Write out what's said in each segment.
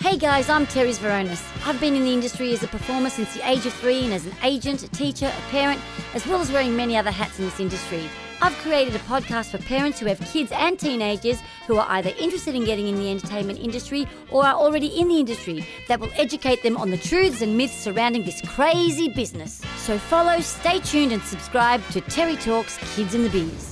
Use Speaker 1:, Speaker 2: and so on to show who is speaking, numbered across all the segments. Speaker 1: Hey guys, I'm Teres Veronis. I've been in the industry as a performer since the age of three and as an agent, a teacher, a parent, as well as wearing many other hats in this industry. I've created a podcast for parents who have kids and teenagers who are either interested in getting in the entertainment industry or are already in the industry that will educate them on the truths and myths surrounding this crazy business. So follow, stay tuned, and subscribe to Terry Talks Kids in the Biz.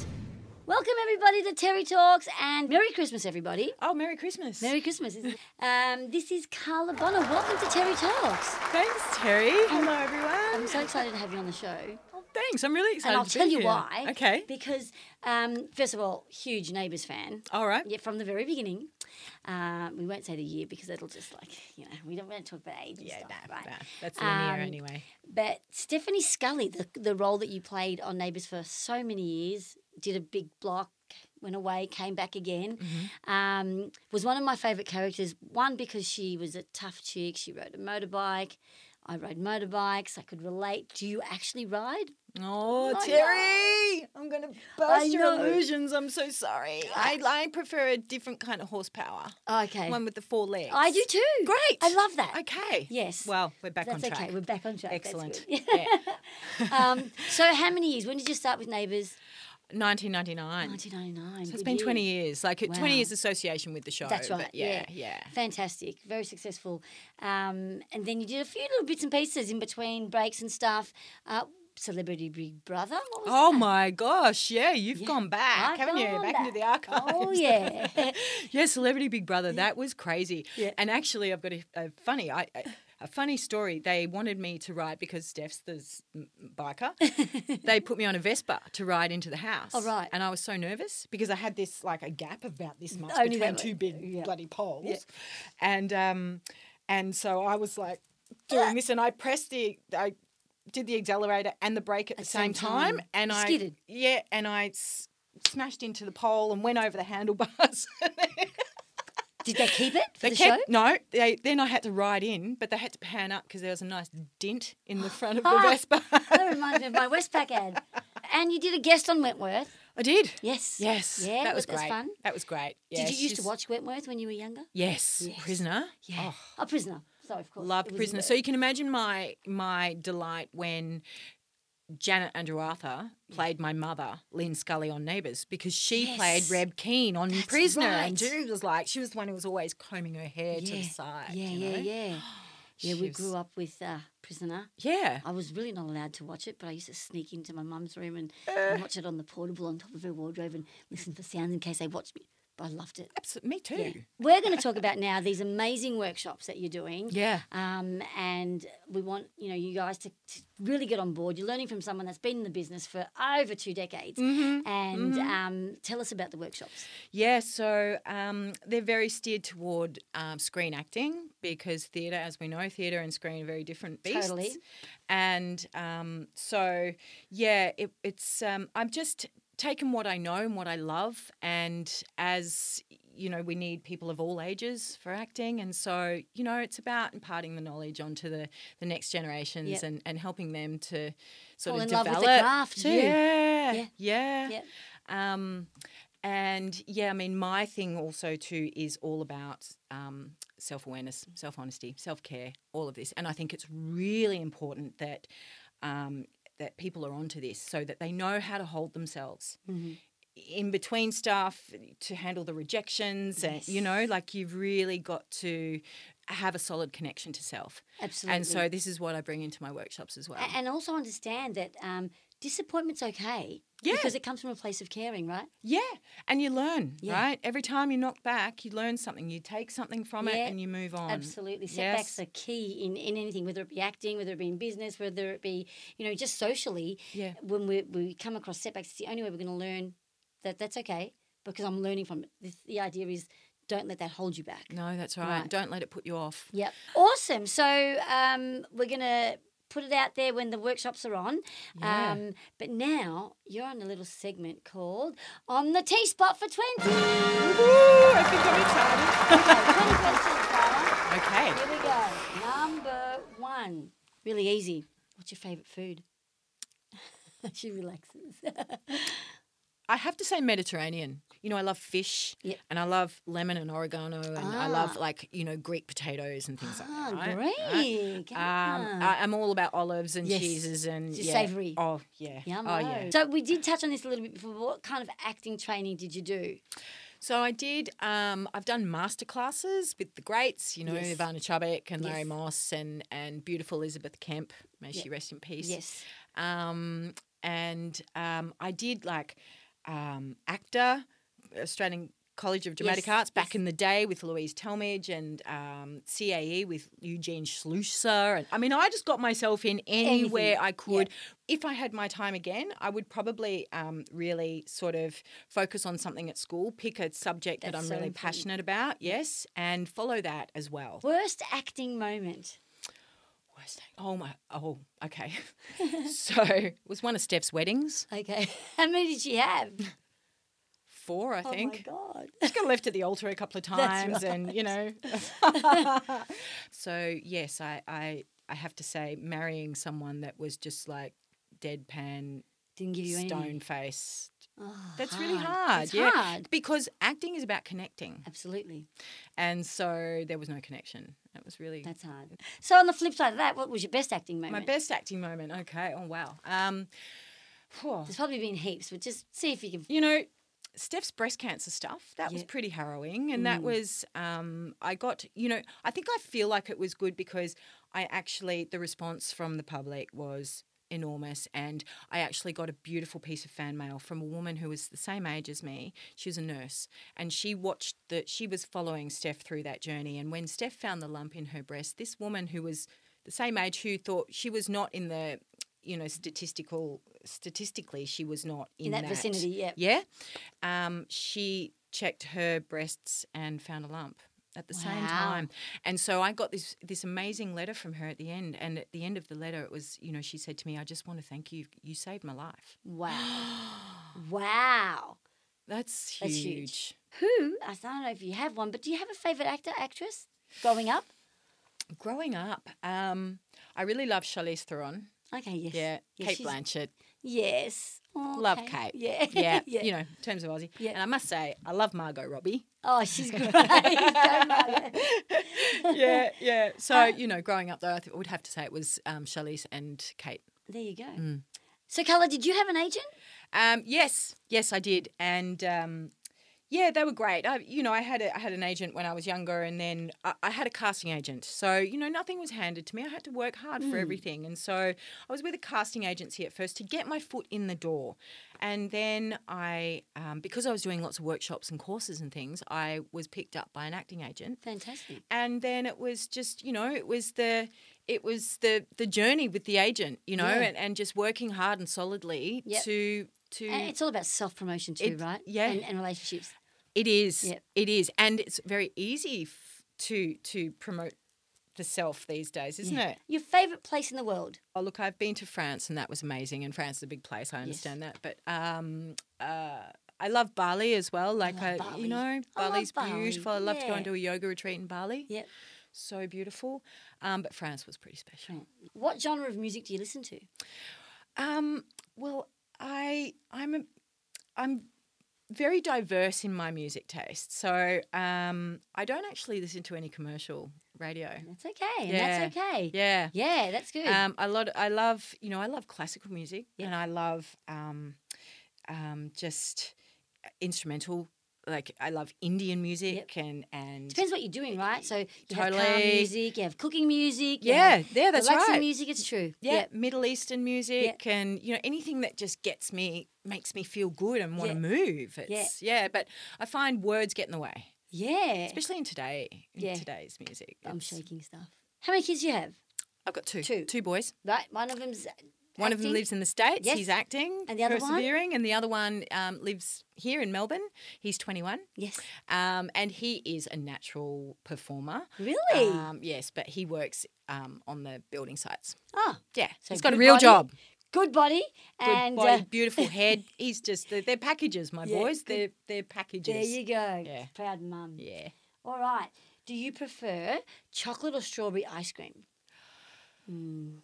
Speaker 1: Welcome, everybody, to Terry Talks, and Merry Christmas, everybody.
Speaker 2: Oh, Merry Christmas.
Speaker 1: Merry Christmas. isn't it? Um, this is Carla Bonner. Welcome to Terry Talks.
Speaker 2: Thanks, Terry. Hello, everyone. Oh,
Speaker 1: I'm so excited to have you on the show.
Speaker 2: Thanks. I'm really
Speaker 1: And
Speaker 2: excited.
Speaker 1: I'll
Speaker 2: to be
Speaker 1: tell you
Speaker 2: here.
Speaker 1: why.
Speaker 2: Okay.
Speaker 1: Because, um, first of all, huge Neighbours fan.
Speaker 2: All right.
Speaker 1: Yeah, from the very beginning. Uh, we won't say the year because that'll just like, you know, we don't want to talk about age and
Speaker 2: Yeah,
Speaker 1: stuff,
Speaker 2: nah,
Speaker 1: right?
Speaker 2: nah, that's linear
Speaker 1: Um,
Speaker 2: anyway.
Speaker 1: But Stephanie Scully, the, the role that you played on Neighbours for so many years, did a big block, went away, came back again,
Speaker 2: Mm-hmm.
Speaker 1: um, was one of my favourite characters. One, because she was a tough chick, she rode a motorbike. I rode motorbikes. I could relate. Do you actually ride?
Speaker 2: Oh,
Speaker 1: know.
Speaker 2: Terry, I'm going to
Speaker 1: I
Speaker 2: burst your
Speaker 1: know.
Speaker 2: illusions. I'm so sorry. I, I prefer a different kind of horsepower.
Speaker 1: Oh, okay.
Speaker 2: One with the four legs.
Speaker 1: I do too.
Speaker 2: Great.
Speaker 1: I love that.
Speaker 2: Okay.
Speaker 1: Yes.
Speaker 2: Well, we're back
Speaker 1: That's
Speaker 2: on track.
Speaker 1: okay. We're back on track. That's
Speaker 2: Excellent.
Speaker 1: good.
Speaker 2: Yeah.
Speaker 1: um, so, how many years? When did you start with Neighbours?
Speaker 2: 1999.
Speaker 1: 1999.
Speaker 2: So it's
Speaker 1: Good
Speaker 2: been
Speaker 1: year.
Speaker 2: 20 years, like
Speaker 1: Wow.
Speaker 2: 20 years association with the show.
Speaker 1: That's
Speaker 2: but
Speaker 1: right.
Speaker 2: Yeah,
Speaker 1: yeah.
Speaker 2: yeah.
Speaker 1: Fantastic. Very successful. Um, and then you did a few little bits and pieces in between breaks and stuff. Uh, Celebrity Big Brother. What was
Speaker 2: Oh
Speaker 1: that?
Speaker 2: my gosh, yeah, you've gone back,
Speaker 1: I've
Speaker 2: haven't you?
Speaker 1: gone
Speaker 2: Back into the
Speaker 1: back.
Speaker 2: archives.
Speaker 1: Oh, yeah.
Speaker 2: yeah, Celebrity Big Brother. That was crazy.
Speaker 1: Yeah.
Speaker 2: And actually, I've got a, a funny, I, I- a funny story. They wanted me to ride because Steph's the s- m- biker. they put me on a Vespa to ride into the house.
Speaker 1: Oh, right.
Speaker 2: And I was so nervous because I had this like a gap about this much
Speaker 1: Only
Speaker 2: between
Speaker 1: that
Speaker 2: two
Speaker 1: way.
Speaker 2: big
Speaker 1: Yeah.
Speaker 2: bloody poles, and um, and so I was like
Speaker 1: Ah.
Speaker 2: doing this, and I pressed the I. Did the accelerator and the brake at the same,
Speaker 1: same
Speaker 2: time,
Speaker 1: time.
Speaker 2: and
Speaker 1: You
Speaker 2: I
Speaker 1: skidded.
Speaker 2: yeah, and I s- smashed into the pole and went over the handlebars.
Speaker 1: Did they keep it for
Speaker 2: they
Speaker 1: the
Speaker 2: kept
Speaker 1: show?
Speaker 2: no. They then I had to ride in, but they had to pan up because there was a nice dent in the front of the
Speaker 1: Ah.
Speaker 2: Vespa.
Speaker 1: That reminds me of my Westpac ad. And you did a guest on Wentworth.
Speaker 2: I did.
Speaker 1: Yes.
Speaker 2: Yes.
Speaker 1: Yeah,
Speaker 2: that was
Speaker 1: that's
Speaker 2: great.
Speaker 1: fun.
Speaker 2: That was great.
Speaker 1: Did
Speaker 2: Yes,
Speaker 1: you used to
Speaker 2: she's-
Speaker 1: watch Wentworth when you were younger?
Speaker 2: Yes,
Speaker 1: Yes.
Speaker 2: prisoner.
Speaker 1: Yeah.
Speaker 2: Oh.
Speaker 1: Oh, Prisoner. So, of course.
Speaker 2: Loved
Speaker 1: it was
Speaker 2: Prisoner.
Speaker 1: the-
Speaker 2: So you can imagine my my delight when Janet Andrew-Arthur played my mother, Lynn Scully, on Neighbours because she played
Speaker 1: Yes.
Speaker 2: Reb Keane on Prisoner, and
Speaker 1: right.
Speaker 2: she was like, she was the one who was always combing her hair to
Speaker 1: Yeah.
Speaker 2: the side.
Speaker 1: Yeah,
Speaker 2: you
Speaker 1: yeah,
Speaker 2: know?
Speaker 1: yeah. Yeah, we
Speaker 2: She
Speaker 1: grew
Speaker 2: was-
Speaker 1: up with uh, Prisoner.
Speaker 2: Yeah.
Speaker 1: I was really not allowed to watch it, but I used to sneak into my mum's room and,
Speaker 2: Uh.
Speaker 1: and watch it on the portable on top of her wardrobe and listen for sounds in case they watched me. But I loved it.
Speaker 2: Absolutely. Me too.
Speaker 1: Yeah. We're going to talk about now these amazing workshops that you're doing.
Speaker 2: Yeah.
Speaker 1: Um, and we want you know you guys to, to really get on board. You're learning from someone that's been in the business for over two decades.
Speaker 2: Mm-hmm.
Speaker 1: And Um, tell us about the workshops.
Speaker 2: Yeah, so um, they're very steered toward um, screen acting because theatre, as we know, theatre and screen are very different beasts.
Speaker 1: Totally.
Speaker 2: And um, so, yeah, it, it's um, I've just taken what I know and what I love, and as you know, we need people of all ages for acting, and so you know, it's about imparting the knowledge onto the the next generations
Speaker 1: Yep.
Speaker 2: and, and helping them to sort
Speaker 1: Fall
Speaker 2: of
Speaker 1: in love
Speaker 2: develop
Speaker 1: with the craft too.
Speaker 2: Yeah,
Speaker 1: Yeah.
Speaker 2: yeah,
Speaker 1: Yep.
Speaker 2: um, and yeah, I mean, my thing also too is all about um, self awareness, self honesty, self care, all of this. And I think it's really important that um, that people are onto this so that they know how to hold themselves. In between stuff to handle the rejections, and you know, like you've really got to have a solid connection to self.
Speaker 1: Absolutely.
Speaker 2: And so, this is what I bring into my workshops as well.
Speaker 1: A- And also understand that um, disappointment's okay.
Speaker 2: Yeah.
Speaker 1: Because it comes from a place of caring, right?
Speaker 2: Yeah, and you learn,
Speaker 1: Yeah.
Speaker 2: right? Every time you knock back, you learn something. You take something from
Speaker 1: Yeah,
Speaker 2: it and you move on.
Speaker 1: Absolutely. Setbacks
Speaker 2: Yes.
Speaker 1: are key in, in anything, whether it be acting, whether it be in business, whether it be, you know, just socially.
Speaker 2: Yeah.
Speaker 1: When we, we come across setbacks, it's the only way we're going to learn that that's okay because I'm learning from it. The, the idea is don't let that hold you back.
Speaker 2: No, that's right.
Speaker 1: Right.
Speaker 2: Don't let it put you off.
Speaker 1: Yep. Awesome. So um, we're going to put it out there when the workshops are on.
Speaker 2: Yeah.
Speaker 1: Um, but now you're on a little segment called On the T Spot for 20.
Speaker 2: I think I'm excited.
Speaker 1: Okay, 20 questions, Carla.
Speaker 2: Okay.
Speaker 1: Here we go. Number one. Really easy. What's your favourite food? she relaxes.
Speaker 2: I have to say Mediterranean. you know, I love fish
Speaker 1: Yep.
Speaker 2: and I love lemon and oregano and I love
Speaker 1: Ah.
Speaker 2: like, you know, Greek potatoes and things
Speaker 1: Ah,
Speaker 2: like that. right? Right?
Speaker 1: Greek.
Speaker 2: Um,
Speaker 1: ah.
Speaker 2: I, I'm all about olives and
Speaker 1: Yes.
Speaker 2: cheeses and
Speaker 1: Just
Speaker 2: yeah.
Speaker 1: savoury.
Speaker 2: Oh yeah.
Speaker 1: Yum,
Speaker 2: oh yeah.
Speaker 1: So we did touch on this a little bit before. but What kind of acting training did you do?
Speaker 2: So I did. Um, I've done master classes with the greats, you know,
Speaker 1: Yes.
Speaker 2: Ivana Chubbuck and Larry
Speaker 1: Yes.
Speaker 2: Moss and and beautiful Elizabeth Kemp. May
Speaker 1: Yeah.
Speaker 2: she rest in peace.
Speaker 1: Yes.
Speaker 2: Um, and um, I did like um, actor, Australian College of Dramatic
Speaker 1: Yes,
Speaker 2: Arts back
Speaker 1: yes.
Speaker 2: in the day with Louise Talmage and um, CAE with Eugene Schlusser. And I mean, I just got myself in anywhere
Speaker 1: Anything,
Speaker 2: I could. If I had my time again, I would probably um, really sort of focus on something at school, pick a subject that
Speaker 1: That's
Speaker 2: I'm
Speaker 1: so
Speaker 2: really
Speaker 1: important.
Speaker 2: passionate about, yes, and follow that as well.
Speaker 1: Worst acting moment.
Speaker 2: Worst thing- Oh my! Oh, okay. so it was one of Steph's weddings.
Speaker 1: Okay. How many did she have?
Speaker 2: four, I think.
Speaker 1: Oh my god.
Speaker 2: Just got left at the altar a couple of
Speaker 1: That's
Speaker 2: times, and you know. so yes, I, I I have to say, marrying someone that was just like deadpan,
Speaker 1: Didn't give you any.
Speaker 2: stone faced.
Speaker 1: Oh,
Speaker 2: That's really hard.
Speaker 1: It's
Speaker 2: yeah,
Speaker 1: hard.
Speaker 2: because acting is about connecting,
Speaker 1: Absolutely.
Speaker 2: and so there was no connection. That was really
Speaker 1: That's hard. So on the flip side of that, what was your best acting moment?
Speaker 2: my best acting moment. Okay. Oh wow. Um, phew.
Speaker 1: There's probably been heaps, but just see if you can.
Speaker 2: you know steph's breast cancer stuff that was
Speaker 1: Yeah.
Speaker 2: pretty harrowing and that
Speaker 1: Mm.
Speaker 2: was um, i got you know i think i feel like it was good because i actually the response from the public was enormous and i actually got a beautiful piece of fan mail from a woman who was the same age as me she was a nurse and she watched that she was following steph through that journey and when steph found the lump in her breast this woman who was the same age who thought she was not in the you know statistical statistically she was not in,
Speaker 1: In, that, vicinity, yeah.
Speaker 2: yeah. Um, she checked her breasts and found a lump at the same
Speaker 1: Wow.
Speaker 2: time. And so I got this this amazing letter from her at the end. And at the end of the letter, it was, you know, she said to me, I just want to thank you. You saved my life.
Speaker 1: Wow. wow.
Speaker 2: That's huge.
Speaker 1: That's huge. Who? I don't know if you have one, but do you have a favorite actor, actress growing up?
Speaker 2: Growing up, um, I really love Charlize Theron.
Speaker 1: Okay, yes.
Speaker 2: Yeah.
Speaker 1: Yeah,
Speaker 2: Kate
Speaker 1: she's-
Speaker 2: Blanchett.
Speaker 1: Yes. Oh,
Speaker 2: Love
Speaker 1: okay.
Speaker 2: Kate.
Speaker 1: Yeah.
Speaker 2: Yeah, You know, in terms of Aussie.
Speaker 1: Yeah.
Speaker 2: And I must say, I love Margot Robbie.
Speaker 1: Oh, she's great. Go, Margaret.
Speaker 2: yeah, yeah.
Speaker 1: Uh,
Speaker 2: So, you know, growing up though, I th- would have to say it was um, Charlize and Kate.
Speaker 1: there you go.
Speaker 2: Mm.
Speaker 1: So, Carla, did you have an agent?
Speaker 2: Um, yes, yes, I did, and um, yeah, they were great. I, you know, I had a, I had an agent when I was younger, and then I, I had a casting agent. So you know, nothing was handed to me. I had to work hard for everything, and so I was with a casting agency at first to get my foot in the door, and then I, um, because I was doing lots of workshops and courses and things, I was picked up by an acting agent
Speaker 1: Fantastic.
Speaker 2: and then it was just you know it was the it was the the journey with the agent you know
Speaker 1: Yeah.
Speaker 2: and, and just working hard and solidly
Speaker 1: Yep.
Speaker 2: to to
Speaker 1: And it's all about self promotion too,
Speaker 2: It-
Speaker 1: right?
Speaker 2: Mm. yeah.
Speaker 1: And, and relationships.
Speaker 2: it is
Speaker 1: Yep.
Speaker 2: it is and it's very easy f- to to promote the self these days isn't it
Speaker 1: Your favorite place in the world?
Speaker 2: oh look i've been to france and that was amazing and france is a big place i understand that but um uh I love Bali as well. Like I,
Speaker 1: love Bali.
Speaker 2: you know,
Speaker 1: I love
Speaker 2: Bali's
Speaker 1: Bali,
Speaker 2: beautiful. I love to go
Speaker 1: yeah.
Speaker 2: and do a yoga retreat in Bali.
Speaker 1: Yep.
Speaker 2: So beautiful. Um, but France was pretty special.
Speaker 1: What genre of music do you listen to?
Speaker 2: Um, well, I I'm a, I'm very diverse in my music taste. So um, I don't actually listen to any commercial radio.
Speaker 1: That's okay. And that's okay.
Speaker 2: Yeah.
Speaker 1: Yeah, that's good.
Speaker 2: Um, I lot. I love you know I love classical music
Speaker 1: Yeah.
Speaker 2: and I love um, um, just uh, instrumental. Like I love Indian music and and
Speaker 1: Depends what you're doing, right? So you have calm
Speaker 2: Totally.
Speaker 1: music, you have cooking music. you
Speaker 2: yeah,
Speaker 1: have
Speaker 2: yeah, that's
Speaker 1: relaxing
Speaker 2: right.
Speaker 1: music. It's true.
Speaker 2: yeah,
Speaker 1: Yep.
Speaker 2: Middle Eastern music and you know anything that just gets me makes me feel good and want
Speaker 1: Yeah.
Speaker 2: to move. It's yeah. but I find words get in the way,
Speaker 1: Yeah.
Speaker 2: especially in today in
Speaker 1: Yeah.
Speaker 2: today's music.
Speaker 1: I'm
Speaker 2: It's-
Speaker 1: shaking stuff. How many kids do you have?
Speaker 2: I've got two
Speaker 1: Two.
Speaker 2: two boys.
Speaker 1: Right, one of them's
Speaker 2: One of them
Speaker 1: acting?
Speaker 2: lives in the states.
Speaker 1: Yes.
Speaker 2: He's acting,
Speaker 1: And the other one?
Speaker 2: persevering, and the other one um, lives here in Melbourne. He's 21,
Speaker 1: Yes.
Speaker 2: um, and he is a natural performer.
Speaker 1: Really?
Speaker 2: Um, yes, but he works um, on the building sites.
Speaker 1: oh,
Speaker 2: Yeah,
Speaker 1: So
Speaker 2: he's got a
Speaker 1: good
Speaker 2: real
Speaker 1: body,
Speaker 2: job.
Speaker 1: good body
Speaker 2: good
Speaker 1: and
Speaker 2: body,
Speaker 1: uh,
Speaker 2: beautiful head. He's just they're, they're packages, my
Speaker 1: Yeah,
Speaker 2: boys.
Speaker 1: good-
Speaker 2: They're they're packages.
Speaker 1: there you go.
Speaker 2: Yeah.
Speaker 1: Proud mum.
Speaker 2: yeah.
Speaker 1: All right. Do you prefer chocolate or strawberry ice cream? Mm,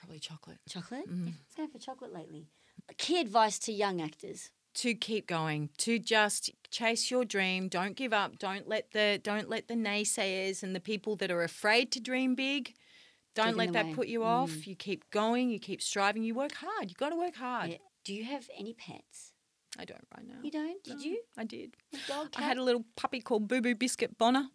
Speaker 2: Probably chocolate.
Speaker 1: chocolate.
Speaker 2: Mm.
Speaker 1: It's going for chocolate lately. Key advice to young actors.
Speaker 2: to keep going, to just chase your dream. Don't give up. Don't let the don't let the naysayers and the people that are afraid to dream big. Don't
Speaker 1: Get in
Speaker 2: let
Speaker 1: the
Speaker 2: that
Speaker 1: way. Mm.
Speaker 2: put you off. You keep going. You keep striving. You work hard. You got to work hard.
Speaker 1: Yeah. Do you have any pets?
Speaker 2: I don't right now.
Speaker 1: You don't? Did
Speaker 2: No,
Speaker 1: you?
Speaker 2: I did.
Speaker 1: A dog, cat?
Speaker 2: I had a little puppy called Boo Boo Biscuit Bonner.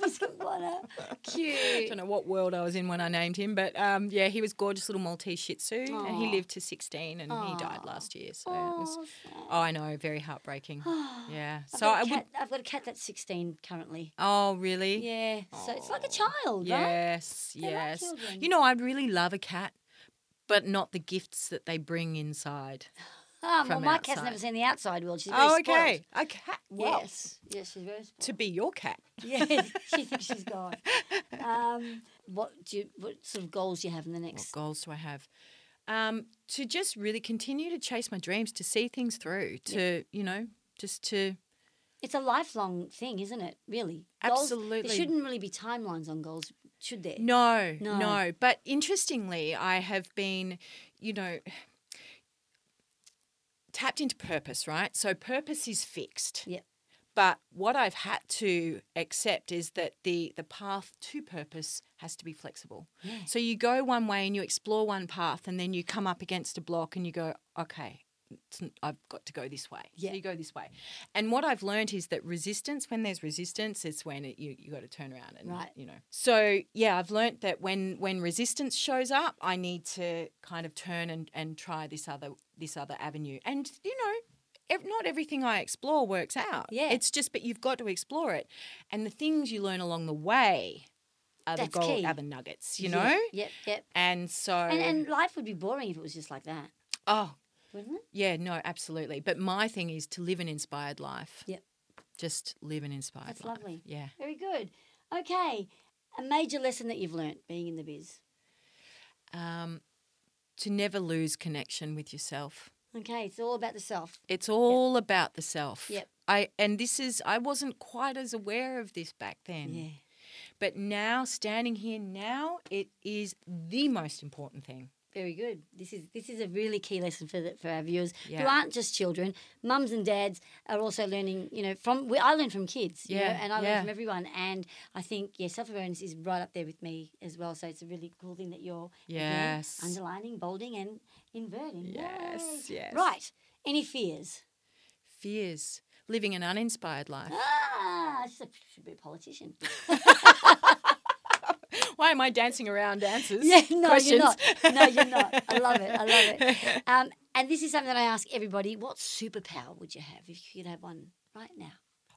Speaker 1: Biscuit butter.
Speaker 2: I
Speaker 1: Cute.
Speaker 2: don't know what world I was in when I named him, but um, yeah, he was gorgeous little Maltese Shih Tzu, and he
Speaker 1: Aw.
Speaker 2: lived to sixteen, and he died
Speaker 1: Aw.
Speaker 2: last year. So it was,
Speaker 1: Oh,
Speaker 2: oh, I know, very heartbreaking. yeah.
Speaker 1: I've
Speaker 2: So
Speaker 1: got a
Speaker 2: I would.
Speaker 1: cat- I've got a cat that's 16 currently.
Speaker 2: Oh, really?
Speaker 1: Yeah. So it's like a child, right?
Speaker 2: Yes.
Speaker 1: like
Speaker 2: Yes.
Speaker 1: children.
Speaker 2: you know, I'd really love a cat, but not the gifts that they bring inside.
Speaker 1: Ah, well,
Speaker 2: from
Speaker 1: my cat's never
Speaker 2: outside.
Speaker 1: seen the outside world. She's very
Speaker 2: Oh,
Speaker 1: spoiled.
Speaker 2: okay. A cat. Well,
Speaker 1: Yes. Yes, she's very spoiled.
Speaker 2: to be your cat.
Speaker 1: Yeah, she thinks she's gone. Um, what do you, what sort of goals do you have in the
Speaker 2: What
Speaker 1: next?
Speaker 2: goals do I have? Um, to just really continue to chase my dreams, to see things through, to you know, just to
Speaker 1: It's a lifelong thing, isn't it? Really. Goals-
Speaker 2: Absolutely.
Speaker 1: there shouldn't really be timelines on goals, should there?
Speaker 2: No,
Speaker 1: No.
Speaker 2: no, But interestingly, I have been, you know, tapped into purpose, right? So purpose is fixed.
Speaker 1: Yep.
Speaker 2: But what I've had to accept is that the the path to purpose has to be flexible.
Speaker 1: Yeah.
Speaker 2: So you go one way and you explore one path, and then you come up against a block and you go, okay, it's, n- I've got to go this way.
Speaker 1: Yeah.
Speaker 2: So you go this way. And what I've learned is that resistance, when there's resistance, it's when it, you you got to turn around and
Speaker 1: Right.
Speaker 2: you know. So yeah, I've learned that when when resistance shows up, I need to kind of turn and and try this other this other avenue. And you know. ev- Not everything I explore works out.
Speaker 1: Yeah.
Speaker 2: it's just but you've got to explore it, and the things you learn along the way are
Speaker 1: That's
Speaker 2: the gold,
Speaker 1: key.
Speaker 2: are the nuggets. You
Speaker 1: Yeah,
Speaker 2: know,
Speaker 1: Yep, yep.
Speaker 2: and so,
Speaker 1: And, and life would be boring if it was just like that,
Speaker 2: oh,
Speaker 1: wouldn't it?
Speaker 2: yeah, no, absolutely. But my thing is to live an inspired life.
Speaker 1: Yep.
Speaker 2: Just live an inspired
Speaker 1: That's
Speaker 2: life.
Speaker 1: lovely.
Speaker 2: Yeah.
Speaker 1: Very good. Okay. A major lesson that you've learnt being in the biz.
Speaker 2: Um, to never lose connection with yourself.
Speaker 1: Okay, it's all about the self.
Speaker 2: It's all about the self.
Speaker 1: Yep.
Speaker 2: I and this is I wasn't quite as aware of this back then.
Speaker 1: Yeah.
Speaker 2: But now standing here now, it is the most important thing.
Speaker 1: Very good. This is this is a really key lesson for the, for our viewers who
Speaker 2: Yeah.
Speaker 1: aren't just children. Mums and dads are also learning. You know, from we, I learn from kids. you know,
Speaker 2: Yeah,
Speaker 1: and I learn
Speaker 2: yeah.
Speaker 1: from everyone. And I think yeah, self awareness is right up there with me as well. So it's a really cool thing that you're again,
Speaker 2: Yes.
Speaker 1: underlining, bolding, and inverting. Yay.
Speaker 2: Yes, yes.
Speaker 1: Right. Any fears?
Speaker 2: Fears. Living an uninspired life.
Speaker 1: Ah, I should should be a politician.
Speaker 2: Why am I dancing around dances?
Speaker 1: Yeah, no,
Speaker 2: Questions.
Speaker 1: you're not. No, you're not. I love it. I love it. Um, and this is something that I ask everybody: What superpower would you have if you could have one right now?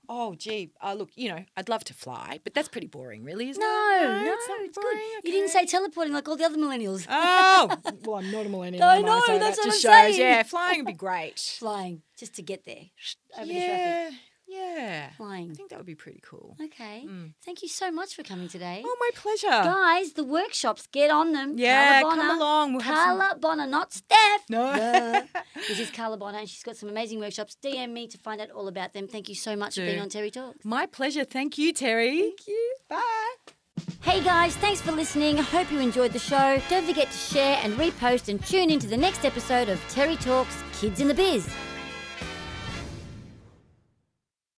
Speaker 2: Oh, gee. Uh, look, you know, I'd love to fly, but that's pretty boring, really, isn't it?
Speaker 1: No, no, it's,
Speaker 2: not
Speaker 1: good.
Speaker 2: boring,
Speaker 1: You didn't say
Speaker 2: okay.
Speaker 1: teleporting like all the other millennials.
Speaker 2: Oh, well, I'm not a millennial.
Speaker 1: I
Speaker 2: am
Speaker 1: know,
Speaker 2: so
Speaker 1: that's
Speaker 2: that
Speaker 1: what
Speaker 2: just
Speaker 1: I'm
Speaker 2: shows.
Speaker 1: saying.
Speaker 2: Yeah, flying would be great.
Speaker 1: Flying, just to get there. Over the traffic.
Speaker 2: yeah, yeah. I
Speaker 1: Flying.
Speaker 2: think that would be pretty cool.
Speaker 1: Okay.
Speaker 2: Mm.
Speaker 1: Thank you so much for coming today.
Speaker 2: Oh, my pleasure.
Speaker 1: Guys, the workshops, get on them.
Speaker 2: Yeah,
Speaker 1: Carla Bonner.
Speaker 2: come along. We'll have some.
Speaker 1: Carla Bonner, not Steph.
Speaker 2: No.
Speaker 1: Duh. this is Carla Bonner, and she's got some amazing workshops. DM me to find out all about them. Thank you so much for
Speaker 2: Do.
Speaker 1: being on Terry Talk.
Speaker 2: My pleasure. Thank you, Terry. Thank you. Bye.
Speaker 1: Hey guys, thanks for listening. I hope you enjoyed the show. Don't forget to share and repost and tune into the next episode of Terry Talks Kids in the Biz.